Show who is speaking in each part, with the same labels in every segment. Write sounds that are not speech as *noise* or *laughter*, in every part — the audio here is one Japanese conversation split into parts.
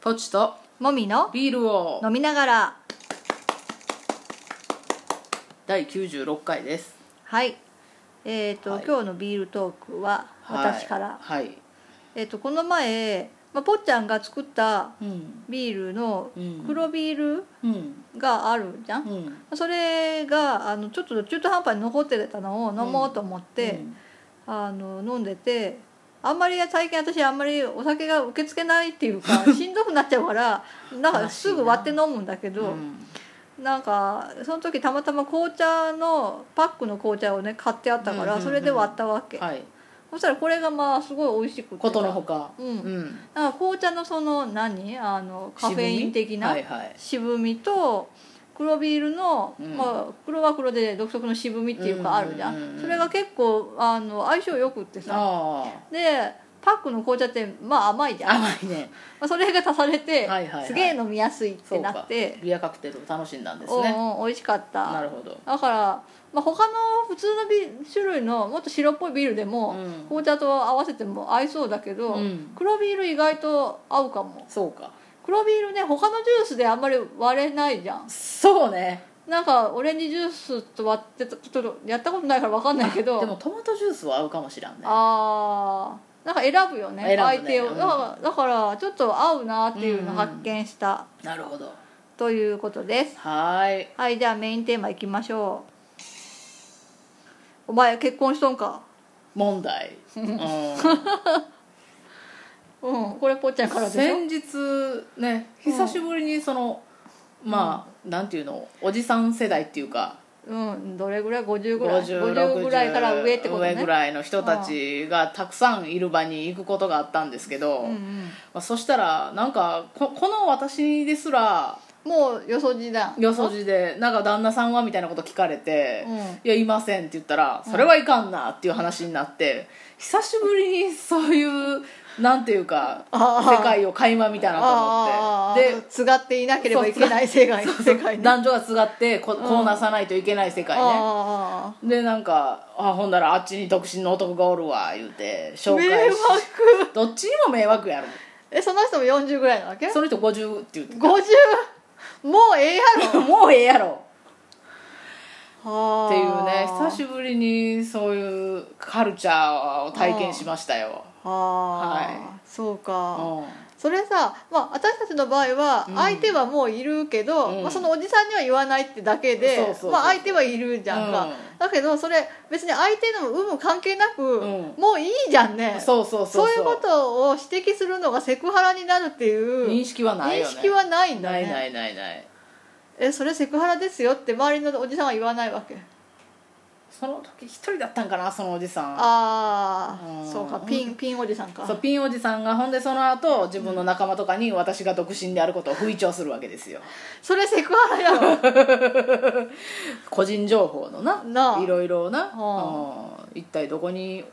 Speaker 1: ポチと
Speaker 2: もみの
Speaker 1: ビールを
Speaker 2: 飲みながら
Speaker 1: 第96回です
Speaker 2: はいえっ、と、
Speaker 1: はい
Speaker 2: 今日のビールトークは私から、
Speaker 1: はい、はい
Speaker 2: えっ、とこの前、まあ、ぽっちゃんが作った
Speaker 1: うん
Speaker 2: ビールの
Speaker 1: うん
Speaker 2: 黒ビール
Speaker 1: うん
Speaker 2: があるじゃん、
Speaker 1: うん
Speaker 2: それがあのちょっと中途半端に残ってたのを飲もうと思って、
Speaker 1: うん
Speaker 2: あの飲んでてあんまり最近私あんまりお酒が受け付けないっていう
Speaker 1: *laughs*
Speaker 2: かしんどくなっちゃうからなん
Speaker 1: 悲しいな
Speaker 2: かすぐ割って飲むんだけど
Speaker 1: う
Speaker 2: なんんかその時たまたま紅茶のパックの紅茶をね買ってあったか
Speaker 1: うんうんう
Speaker 2: ら
Speaker 1: ん
Speaker 2: それで割ったわけ、
Speaker 1: はい
Speaker 2: そしたらこれがまあすごい美味しくて
Speaker 1: ことのほか
Speaker 2: うん
Speaker 1: ん
Speaker 2: なんか紅茶のその何あのカフェイン的な
Speaker 1: 渋みはいはい
Speaker 2: 渋みと黒ビールの、
Speaker 1: うん
Speaker 2: まあ、黒は黒で独特の渋みっていうかあるじゃん,、
Speaker 1: うんうんうんうん
Speaker 2: それが結構あの相性よくってさ
Speaker 1: あ
Speaker 2: でパックの紅茶ってまあ甘いじ
Speaker 1: あ
Speaker 2: ゃん、ま
Speaker 1: 甘いね
Speaker 2: あ、それが足されて、
Speaker 1: はいはいはい
Speaker 2: すげえ飲みやすいってなって、
Speaker 1: ビアカクテルを楽しんだんです
Speaker 2: お
Speaker 1: ね
Speaker 2: うんうん美味しかった
Speaker 1: なるほど
Speaker 2: だから、まあ、他の普通のビ種類のもっと白っぽいビールでも、
Speaker 1: うん
Speaker 2: 紅茶と合わせても合いそうだけど、
Speaker 1: うん
Speaker 2: 黒ビール意外と合うかも
Speaker 1: そうか
Speaker 2: 黒ビールね他のジュースであんまり割れないじゃん
Speaker 1: そうね
Speaker 2: なんかオレンジジュースと割ってたちょっとやったことないから分かんないけど
Speaker 1: でもトマトジュースは合うかもしらんね
Speaker 2: ああなんか選ぶよね
Speaker 1: 選ぶね
Speaker 2: 相手を
Speaker 1: う
Speaker 2: だ
Speaker 1: ん
Speaker 2: からだからちょっと合うなっていうのを発見した
Speaker 1: なるほど
Speaker 2: ということです、
Speaker 1: はーい
Speaker 2: はいじゃあメインテーマいきましょうお前結婚しとんか
Speaker 1: 問題、うん、
Speaker 2: *laughs* うんこれぽっちゃんからでしょ
Speaker 1: 先日ね久しぶりにその、まあなんていうのおじさん世代っていうか
Speaker 2: うんどれぐらい50ぐらい
Speaker 1: 5060
Speaker 2: 50ぐらいから上ってことね
Speaker 1: 上ぐらいの人たちがたくさんいる場に行くことがあったんですけど、
Speaker 2: うんう
Speaker 1: ま
Speaker 2: ん、
Speaker 1: あ、そしたらなんかここの私ですら
Speaker 2: もうよそじだ
Speaker 1: よそじで「なんか旦那さんは?」みたいなこと聞かれて「
Speaker 2: うん
Speaker 1: いやいません」って言ったら「それはいかんな」っていう話になって久しぶりにそういうなんていうか
Speaker 2: あー
Speaker 1: 世界を垣間見たなと思っ
Speaker 2: あーあ
Speaker 1: て
Speaker 2: ーあ
Speaker 1: で
Speaker 2: ーつがっていなければいけない世界世界ね
Speaker 1: 男女がつがってここうなさないといけない世界ね、
Speaker 2: あ
Speaker 1: でなんか「あほんだらあっちに独身の男がおるわ」言うて
Speaker 2: あ
Speaker 1: 紹
Speaker 2: 迷
Speaker 1: 介
Speaker 2: 惑
Speaker 1: しどっちにも迷惑やろ
Speaker 2: えその人も40ぐらいなわけ
Speaker 1: その人50って言って
Speaker 2: 50もうええや
Speaker 1: た *laughs* もうええやろ
Speaker 2: ろ
Speaker 1: っていうね久
Speaker 2: ぶり
Speaker 1: しぶりにそういうカルチャーを体験しましたよは
Speaker 2: はいそうか
Speaker 1: うん
Speaker 2: それさ、まあ、私たちの場合は
Speaker 1: うん
Speaker 2: 相手はもういるけど、
Speaker 1: うん
Speaker 2: まあ、そのおじさんには言わないってだけで
Speaker 1: そうそうそう
Speaker 2: まあ、相手はいるじゃんか、
Speaker 1: うん
Speaker 2: だけどそれ別に相手の有無関係なく、
Speaker 1: ん
Speaker 2: もういいじゃんね
Speaker 1: そうそうそう
Speaker 2: そういうことを指摘するのがセクハラになるっていう
Speaker 1: 認識はないよ
Speaker 2: 認
Speaker 1: ね
Speaker 2: 識はないんだ
Speaker 1: な
Speaker 2: ね
Speaker 1: いないないない
Speaker 2: えそれセクハラですよって周りのおじさんは言わないわけ
Speaker 1: その時一人だったんかなそのおじさん
Speaker 2: ああ、
Speaker 1: うん
Speaker 2: そうかピンピンおじさんか
Speaker 1: そうピンおじさんがほんでその後自分の仲間とかに私が独身であることを不意調するわけですよ
Speaker 2: それセクハラや
Speaker 1: *laughs*
Speaker 2: ろ
Speaker 1: 個人情報のな
Speaker 2: なあ
Speaker 1: いろいろな、
Speaker 2: は
Speaker 1: うん一体どこに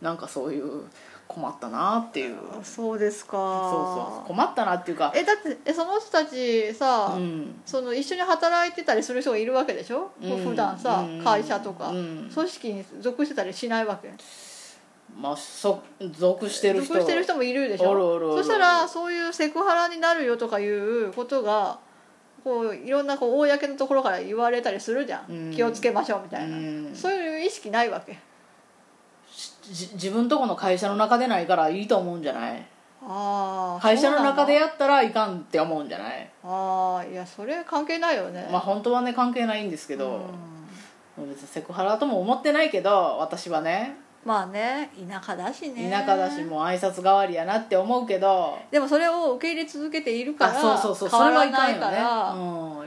Speaker 1: なんかそういう困ったなっていう
Speaker 2: そうですか
Speaker 1: そうそう困ったなっていうか
Speaker 2: えだってえその人たちさ、
Speaker 1: うん
Speaker 2: その一緒に働いてたりする人がいるわけでしょ、こう普段さ、
Speaker 1: うん
Speaker 2: 会社とか、
Speaker 1: うん
Speaker 2: 組織に属してたりしないわけ
Speaker 1: まあそ属してる
Speaker 2: 属
Speaker 1: 人
Speaker 2: してる人もいるでしょ
Speaker 1: おるおるおるおる
Speaker 2: そしたらそういうセクハラになるよとかいうことがこういろんなこう公のところから言われたりするじゃん、
Speaker 1: うん
Speaker 2: 気をつけましょうみたいな、
Speaker 1: うん
Speaker 2: そういう意識ないわけ
Speaker 1: じ自分とこの会社の中でないからいいと思うんじゃない
Speaker 2: ああ
Speaker 1: 会社の中でやったらいかんって思うんじゃない
Speaker 2: ああいやそれ関係ないよね
Speaker 1: まあ本当はね関係ないんですけ
Speaker 2: う
Speaker 1: ど、
Speaker 2: ん
Speaker 1: 別にセクハラとも思ってないけど私はね
Speaker 2: まあね田舎だしね
Speaker 1: 田舎だしもう挨拶代わりやなって思うけど
Speaker 2: でもそれを受け入れ続けているか
Speaker 1: あ
Speaker 2: ら
Speaker 1: そうそうそう
Speaker 2: 変
Speaker 1: そ
Speaker 2: わ
Speaker 1: れは
Speaker 2: ら
Speaker 1: いか
Speaker 2: なんいから
Speaker 1: よね、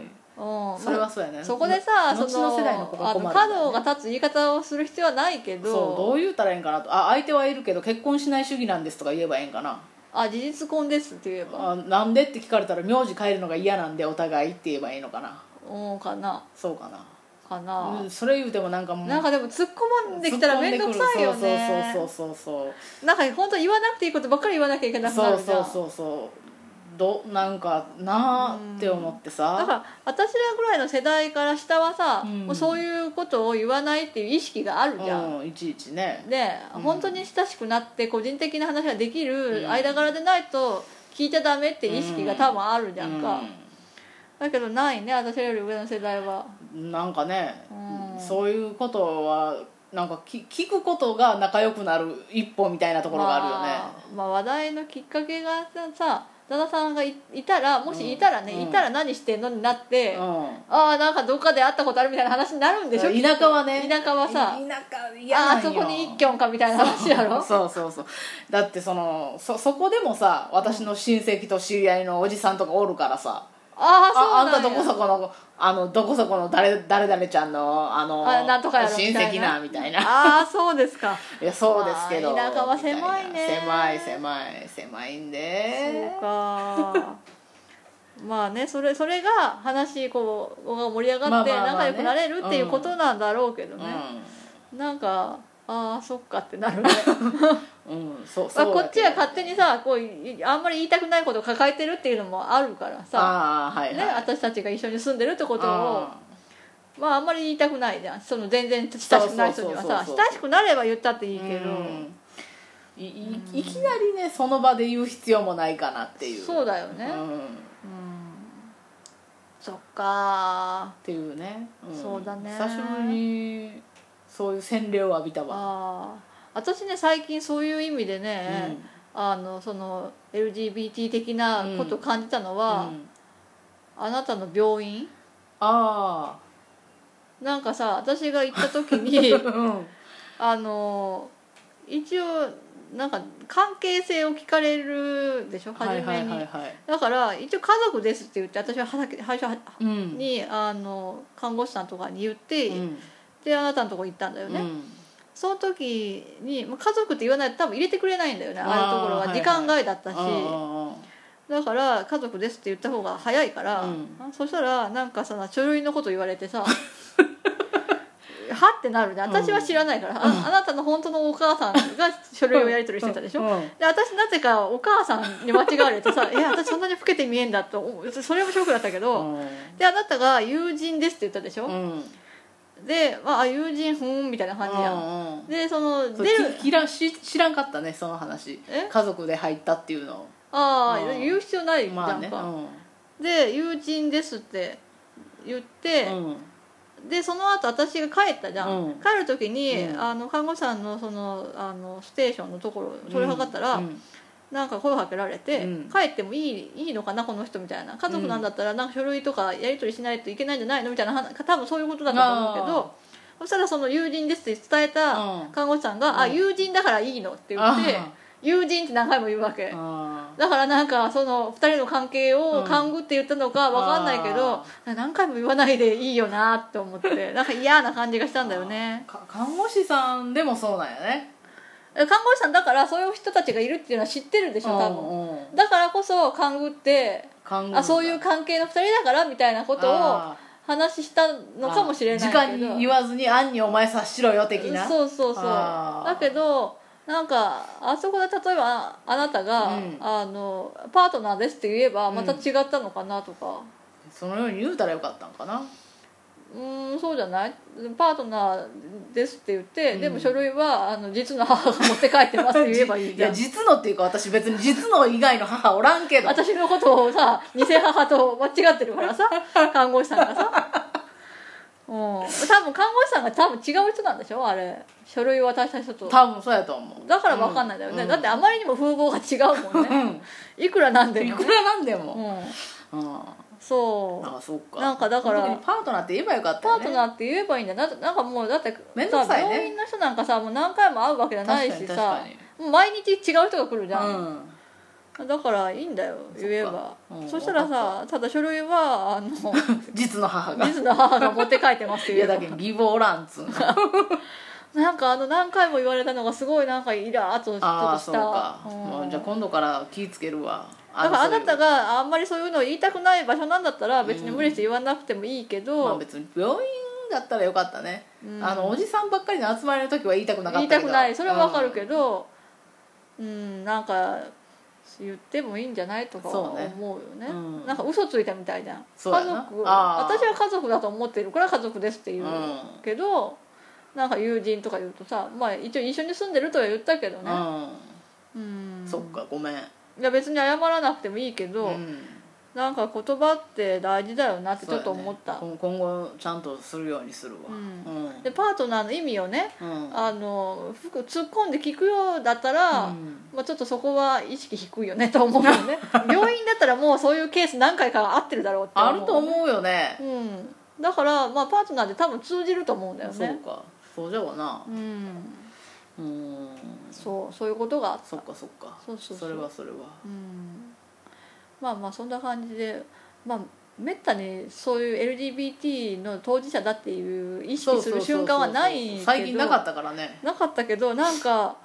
Speaker 2: う
Speaker 1: うんん、それはそうやね
Speaker 2: そこでさ
Speaker 1: 後
Speaker 2: その
Speaker 1: の世代の子が
Speaker 2: あ
Speaker 1: 困
Speaker 2: の
Speaker 1: る
Speaker 2: 角が立つ言い方をする必要はないけど
Speaker 1: そうどう言うたらええんかなとあ相手はいるけど結婚しない主義なんですとか言えばええんかな
Speaker 2: あ事実婚ですって言えば
Speaker 1: あなんでって聞かれたら名字変えるのが嫌なんでお互いって言えばいいのかな
Speaker 2: うんかな
Speaker 1: そうかな
Speaker 2: かな、
Speaker 1: うん、それ言うてもなんかもう
Speaker 2: なんかでも突っ込まんできたら面倒くさいよね
Speaker 1: そうそうそうそう
Speaker 2: なんか本当言わなくていいことばっかり言わなきゃいけなくな
Speaker 1: そうそう
Speaker 2: るじゃ
Speaker 1: そ
Speaker 2: ん
Speaker 1: うそうそうどなんかなあって思ってさ
Speaker 2: だから私らぐらいの世代から下はさ、
Speaker 1: うん
Speaker 2: もうそういうことを言わないっていう意識があるじゃん、
Speaker 1: うん、いちいちね
Speaker 2: で、
Speaker 1: うん
Speaker 2: 本当に親しくなって個人的な話がで
Speaker 1: う
Speaker 2: きる
Speaker 1: ん
Speaker 2: 間柄でないと聞いちゃダメって意識が多分あるじゃんか、だけどないね私より上の世代は
Speaker 1: うんなんかね、
Speaker 2: うん
Speaker 1: そういうことはなんかき聞くことが仲良くなる一歩みたいなところがあるよね、
Speaker 2: まあ、まあ話題のきっかけがさ旦那さんがいいたらもしいたらね、
Speaker 1: うん
Speaker 2: いたら何してんのになって、ああなんかどっかで会ったことあるみたいな話になるんでしょ
Speaker 1: うん、田舎はね
Speaker 2: 田舎はさ
Speaker 1: い田舎嫌
Speaker 2: あ
Speaker 1: なん
Speaker 2: あ
Speaker 1: よ
Speaker 2: そこに一軒かみたいな話やろ
Speaker 1: そうそうそうだってそのそそこでもさ私の親戚と知り合いのおじさんとかおるからさ
Speaker 2: あ
Speaker 1: あ
Speaker 2: あ
Speaker 1: あん
Speaker 2: そ
Speaker 1: た
Speaker 2: う
Speaker 1: ど
Speaker 2: なんや
Speaker 1: こそこのあのどこそこの誰誰々ちゃんのあの
Speaker 2: あなんとかやろ
Speaker 1: 親
Speaker 2: みたい
Speaker 1: 戚なみたいな
Speaker 2: ああそうですか
Speaker 1: いやそうですけど、
Speaker 2: まあ田舎は狭いね
Speaker 1: みたな狭い狭い狭いんで
Speaker 2: そう
Speaker 1: *laughs*
Speaker 2: かまあねそれそれが話こうが盛り上
Speaker 1: ま
Speaker 2: が
Speaker 1: あ
Speaker 2: って
Speaker 1: まあまあ
Speaker 2: 仲
Speaker 1: ね
Speaker 2: 良くなれるっていうことなんだろうけどね、なんかああそっかってな
Speaker 1: *laughs*
Speaker 2: るね
Speaker 1: うん、うん、そう
Speaker 2: まあ
Speaker 1: そう
Speaker 2: こっちは勝
Speaker 1: 手
Speaker 2: 手にさこういあんまり言いたくないことを抱えてるっていうのもあるからさ、
Speaker 1: ああはい
Speaker 2: ね、
Speaker 1: はい、
Speaker 2: 私たちが一緒に住んでるってことを
Speaker 1: あ
Speaker 2: まああんまり言いたくないじゃんその全然親しくない人には
Speaker 1: そうそう
Speaker 2: さ
Speaker 1: そうそう
Speaker 2: 親しくなれば言ったってい
Speaker 1: ー
Speaker 2: いけど、
Speaker 1: うんいいいきなりねその場で言う必要もないかなっていう
Speaker 2: そう
Speaker 1: だ
Speaker 2: だよね、うん
Speaker 1: うん、っ
Speaker 2: そっか
Speaker 1: ていうね、ん
Speaker 2: そうだね
Speaker 1: 久しぶりにそういう洗礼を浴びたわ
Speaker 2: ああ私ね最近そういう意味でね、あのその LGBT 的なことを感じたの
Speaker 1: うん
Speaker 2: は、
Speaker 1: うん
Speaker 2: あなたの病院
Speaker 1: あ
Speaker 2: なんかさ私が行った時
Speaker 1: *laughs*
Speaker 2: に
Speaker 1: あうん
Speaker 2: あの一応なんか関係性を聞かれるでしょ初めに、
Speaker 1: はいはいはいはい
Speaker 2: だから一応家族ですって言って私はは最初は
Speaker 1: うん
Speaker 2: にあの看護師さんとかに言って、
Speaker 1: うん
Speaker 2: であなたのとこ行ったんだよね、
Speaker 1: うん
Speaker 2: その時にまあ家族って言わないと多分入れてくれないんだよねああいうところ
Speaker 1: あ
Speaker 2: は
Speaker 1: ー
Speaker 2: 時間外だったし、
Speaker 1: うんうんうん
Speaker 2: だから「家族です」って言った方が早いから、
Speaker 1: うん
Speaker 2: あそしたらなんかさ書類のこと言われ
Speaker 1: *laughs*
Speaker 2: てさはってなるね私は知らないから、ああなたの本当のお母さんが書類をやり取りしてたでしょ、
Speaker 1: うん
Speaker 2: で私なぜかお母さんに間違われ
Speaker 1: *laughs*
Speaker 2: てさ「いや私そんなに老けて見えんだ」と思うそれもショックだったけど、であなたが「友人です」って言ったでしょ、
Speaker 1: うん
Speaker 2: で、まああ、友人ふーんみたいな感じやん、
Speaker 1: うんうん
Speaker 2: でその
Speaker 1: そう
Speaker 2: 出る
Speaker 1: ききらし知らんかったねその話
Speaker 2: え
Speaker 1: 家族で入ったっていうの
Speaker 2: ああ
Speaker 1: うん
Speaker 2: 言う必要ないじゃんか、
Speaker 1: まあねうん
Speaker 2: で「友人です」って言って、
Speaker 1: うん
Speaker 2: でその後私が帰ったじゃん、
Speaker 1: うん
Speaker 2: 帰る時に、
Speaker 1: うん
Speaker 2: あの看護師さんのそのあのステーションのところ取り計ったら、
Speaker 1: うん
Speaker 2: なんか声をかけられて、
Speaker 1: うん
Speaker 2: 帰ってもいいいいのかなこの人みたいな家族なんだったらなんか書類とかやり取りしないといけないんじゃないのみたいな話多分そういうことだったと思うけ
Speaker 1: あー
Speaker 2: どそしたらその友人ですって伝え
Speaker 1: う
Speaker 2: た
Speaker 1: ん
Speaker 2: 看護師さんが
Speaker 1: う
Speaker 2: 「
Speaker 1: ん
Speaker 2: あ友人だからいいの」って言って
Speaker 1: あ
Speaker 2: 「友人」って何回も言うわけ。
Speaker 1: あ
Speaker 2: だからなんかその2人の関係を勘ぐって言ったのかわかんないけ
Speaker 1: うん
Speaker 2: ど
Speaker 1: あ、
Speaker 2: 何回も言わないでいいよなって
Speaker 1: *laughs*
Speaker 2: 思ってなんか嫌な感じがしたんだよね
Speaker 1: か看護師さんでもそうなんやね
Speaker 2: 看護師さんだからそういう人たちがいるっていうのは知ってるでしょ多分
Speaker 1: うんうん
Speaker 2: だからこそ勘ぐって
Speaker 1: 看護師さん
Speaker 2: あそういう関係の2人だからみたいなことを
Speaker 1: あ
Speaker 2: 話したのかもしれないけど
Speaker 1: あ直に言わずに「あんにお前察しろよ」的な
Speaker 2: そうそうそう
Speaker 1: あー
Speaker 2: だけどなんかあそこで例えばあなたが、
Speaker 1: うん
Speaker 2: あのパートナーですって言えばまた違ったのかなとか、
Speaker 1: そのように言うたらよかったんかな
Speaker 2: うーんそうじゃないパートナーですって言って、
Speaker 1: うん
Speaker 2: でも書類はあの実の母が持って帰ってま
Speaker 1: *laughs*
Speaker 2: すって言えばいい
Speaker 1: い
Speaker 2: じゃ
Speaker 1: や
Speaker 2: ん
Speaker 1: 実のっていうか私別に実の以外の母おらんけど
Speaker 2: 私のことをさ偽母と間違ってるからさ看護師さんがさうん多分看護師さんが多分違う人なんでしょあれ書類を渡した人と
Speaker 1: 多分そうやと思う
Speaker 2: だから分かんないんだよね、だってあまりにも風貌が違うもん
Speaker 1: う
Speaker 2: ね
Speaker 1: ん
Speaker 2: いくらなんで
Speaker 1: い
Speaker 2: も、
Speaker 1: くらなんで
Speaker 2: う
Speaker 1: も、
Speaker 2: ん、
Speaker 1: うん、
Speaker 2: そ
Speaker 1: あ
Speaker 2: う
Speaker 1: あそっか
Speaker 2: なんかだから
Speaker 1: その時にパートナーって言えばよかった
Speaker 2: パ
Speaker 1: よ
Speaker 2: ー
Speaker 1: ね
Speaker 2: トナーって言えばいいんだよななんかもうだって
Speaker 1: 面倒くさいね
Speaker 2: 病院の人なんかさもう何回も会うわけじゃないし
Speaker 1: 確
Speaker 2: さ
Speaker 1: かに
Speaker 2: もう毎日違う人が来る
Speaker 1: 確
Speaker 2: じゃ
Speaker 1: かに
Speaker 2: ん、だからいいんだよ言え
Speaker 1: そ
Speaker 2: ば
Speaker 1: っかうん
Speaker 2: そしたら
Speaker 1: わ
Speaker 2: さただ書類はあの
Speaker 1: う
Speaker 2: *laughs*
Speaker 1: ん実の母が
Speaker 2: 水の母が持って帰ってますって
Speaker 1: い
Speaker 2: 言
Speaker 1: やだ
Speaker 2: えば
Speaker 1: けど義母おらんっつ
Speaker 2: *laughs*
Speaker 1: うのあ
Speaker 2: なんかあの何回も言われたのがすごいなんかイラーっとちょっ
Speaker 1: あ
Speaker 2: と
Speaker 1: そ
Speaker 2: し
Speaker 1: う
Speaker 2: た
Speaker 1: か、
Speaker 2: うん
Speaker 1: もうじゃあ今度から気ぃつけるわ
Speaker 2: だからあなた
Speaker 1: が
Speaker 2: があんまりそういうのを言いたくない場所なんだったら別に無理して言わなくてもいいけ
Speaker 1: まあ
Speaker 2: ど、
Speaker 1: 別に病院だったらよかったね、
Speaker 2: うん
Speaker 1: あのおじさんばっかりの集まりの時は言いたくなかっ
Speaker 2: 言い
Speaker 1: た
Speaker 2: た
Speaker 1: けど
Speaker 2: くないそれはわかるけ
Speaker 1: ど、
Speaker 2: どうん、なんか言ってもいいんじゃないとかは
Speaker 1: そうね
Speaker 2: 思うよね
Speaker 1: うん
Speaker 2: なんか嘘ついたみたいじゃん
Speaker 1: そうやな
Speaker 2: 家族私
Speaker 1: あー
Speaker 2: は家族だと思ってるから家族ですって言う
Speaker 1: うん
Speaker 2: けど、なんか友人とか言うとさまあ一応一緒に住んでるとは言ったけど
Speaker 1: う
Speaker 2: ね
Speaker 1: ん
Speaker 2: うん
Speaker 1: そっかごめん
Speaker 2: いや別に謝らなくてもいいけど、
Speaker 1: ん
Speaker 2: なんか言葉って大事だよなってちょっと思った
Speaker 1: そうやね今後ちゃんとするようにするわ
Speaker 2: う
Speaker 1: うん
Speaker 2: でパートナーの意味をね
Speaker 1: うん
Speaker 2: あのふく突っ込んで聞くようだったら、
Speaker 1: うん
Speaker 2: まあ、ちょっとそこは意識低いよね *laughs* と思うよ
Speaker 1: *laughs*
Speaker 2: ね病院だったらもうそういうケース何回か合ってるだろうって
Speaker 1: あると
Speaker 2: う、
Speaker 1: 思うよね
Speaker 2: うん、だから、まあ、パートナーで多分通じると思うんだよ
Speaker 1: そ
Speaker 2: ね
Speaker 1: うかそうじゃがな
Speaker 2: うん
Speaker 1: うん
Speaker 2: そうそういうことがあった
Speaker 1: そっかそっか
Speaker 2: そうそうそう
Speaker 1: れはそれは
Speaker 2: うんまあまあそんな感じでまあめったにそういう LGBT の当事者だっていう意識する瞬間はないけど
Speaker 1: 最近なかったからね
Speaker 2: なかったけどなんか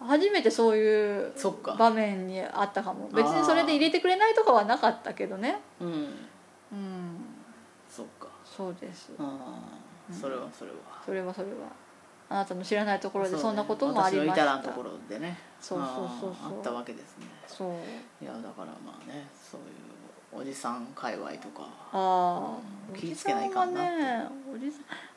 Speaker 2: 初めてそういう
Speaker 1: そっか
Speaker 2: 場面にあったかも別にそれで入れてくれないとかはなかったけどね
Speaker 1: うん
Speaker 2: うん
Speaker 1: そっか
Speaker 2: そうです
Speaker 1: うんそれはそれは
Speaker 2: それはそれはあなたの知らないところで
Speaker 1: うね
Speaker 2: そんなこともありま
Speaker 1: 私
Speaker 2: し
Speaker 1: の至ら
Speaker 2: た
Speaker 1: んところでね
Speaker 2: そうそうそう
Speaker 1: あ
Speaker 2: そう
Speaker 1: ーあったわけですね
Speaker 2: そう
Speaker 1: いやだからまあねそういうおじさん界隈とか
Speaker 2: ああ
Speaker 1: 気ぃつけないかんな
Speaker 2: おじさんはねおじ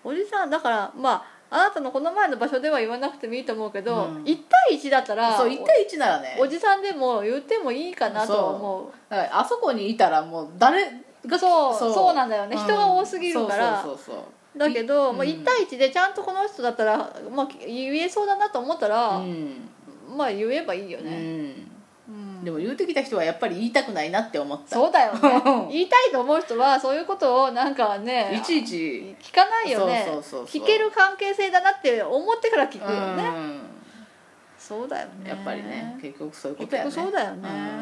Speaker 2: おじさんだからまああなたのこの前の場所では言わなくてもいいと思うけど、
Speaker 1: うん
Speaker 2: 1対1だったら
Speaker 1: そう1対1ならね
Speaker 2: おおじさんでも言ってもいいかなとは思う
Speaker 1: だからあそこにいたらもう誰が
Speaker 2: そう
Speaker 1: そ
Speaker 2: そううなんだよね、人が多すぎるから
Speaker 1: そうそうそう
Speaker 2: だけど、
Speaker 1: うん
Speaker 2: まあ、1対1でちゃんとこの人だったら、まあ、言えそうだなと思ったら、
Speaker 1: そううん、
Speaker 2: まあ言えばいいよ
Speaker 1: う
Speaker 2: ね、
Speaker 1: ん
Speaker 2: うん
Speaker 1: でも言うてきた人はやっぱり言いたくないなって思った
Speaker 2: そうだ
Speaker 1: *laughs*
Speaker 2: よね言いたいと思う人はそういうことをなんかね
Speaker 1: いちいち
Speaker 2: 聞かないよね
Speaker 1: そうそうそうそう
Speaker 2: 聞ける関係性だなって思ってから聞くよね、
Speaker 1: う
Speaker 2: そうだよね
Speaker 1: ん、やっぱりね結局そういうことやね
Speaker 2: 結局そうだよね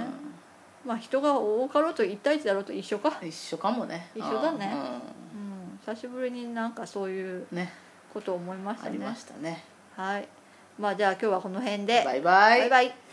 Speaker 2: まあ人が多かろうと1対1だろうと一緒か
Speaker 1: う、ん一緒かもね
Speaker 2: 一緒だね
Speaker 1: う
Speaker 2: うん、久しぶりになんかそういうん
Speaker 1: ね
Speaker 2: ことを思いまし
Speaker 1: あ
Speaker 2: た
Speaker 1: り
Speaker 2: ね
Speaker 1: ましたね
Speaker 2: はいまあじゃあ今日はこの辺で
Speaker 1: バイバイ
Speaker 2: バイバイ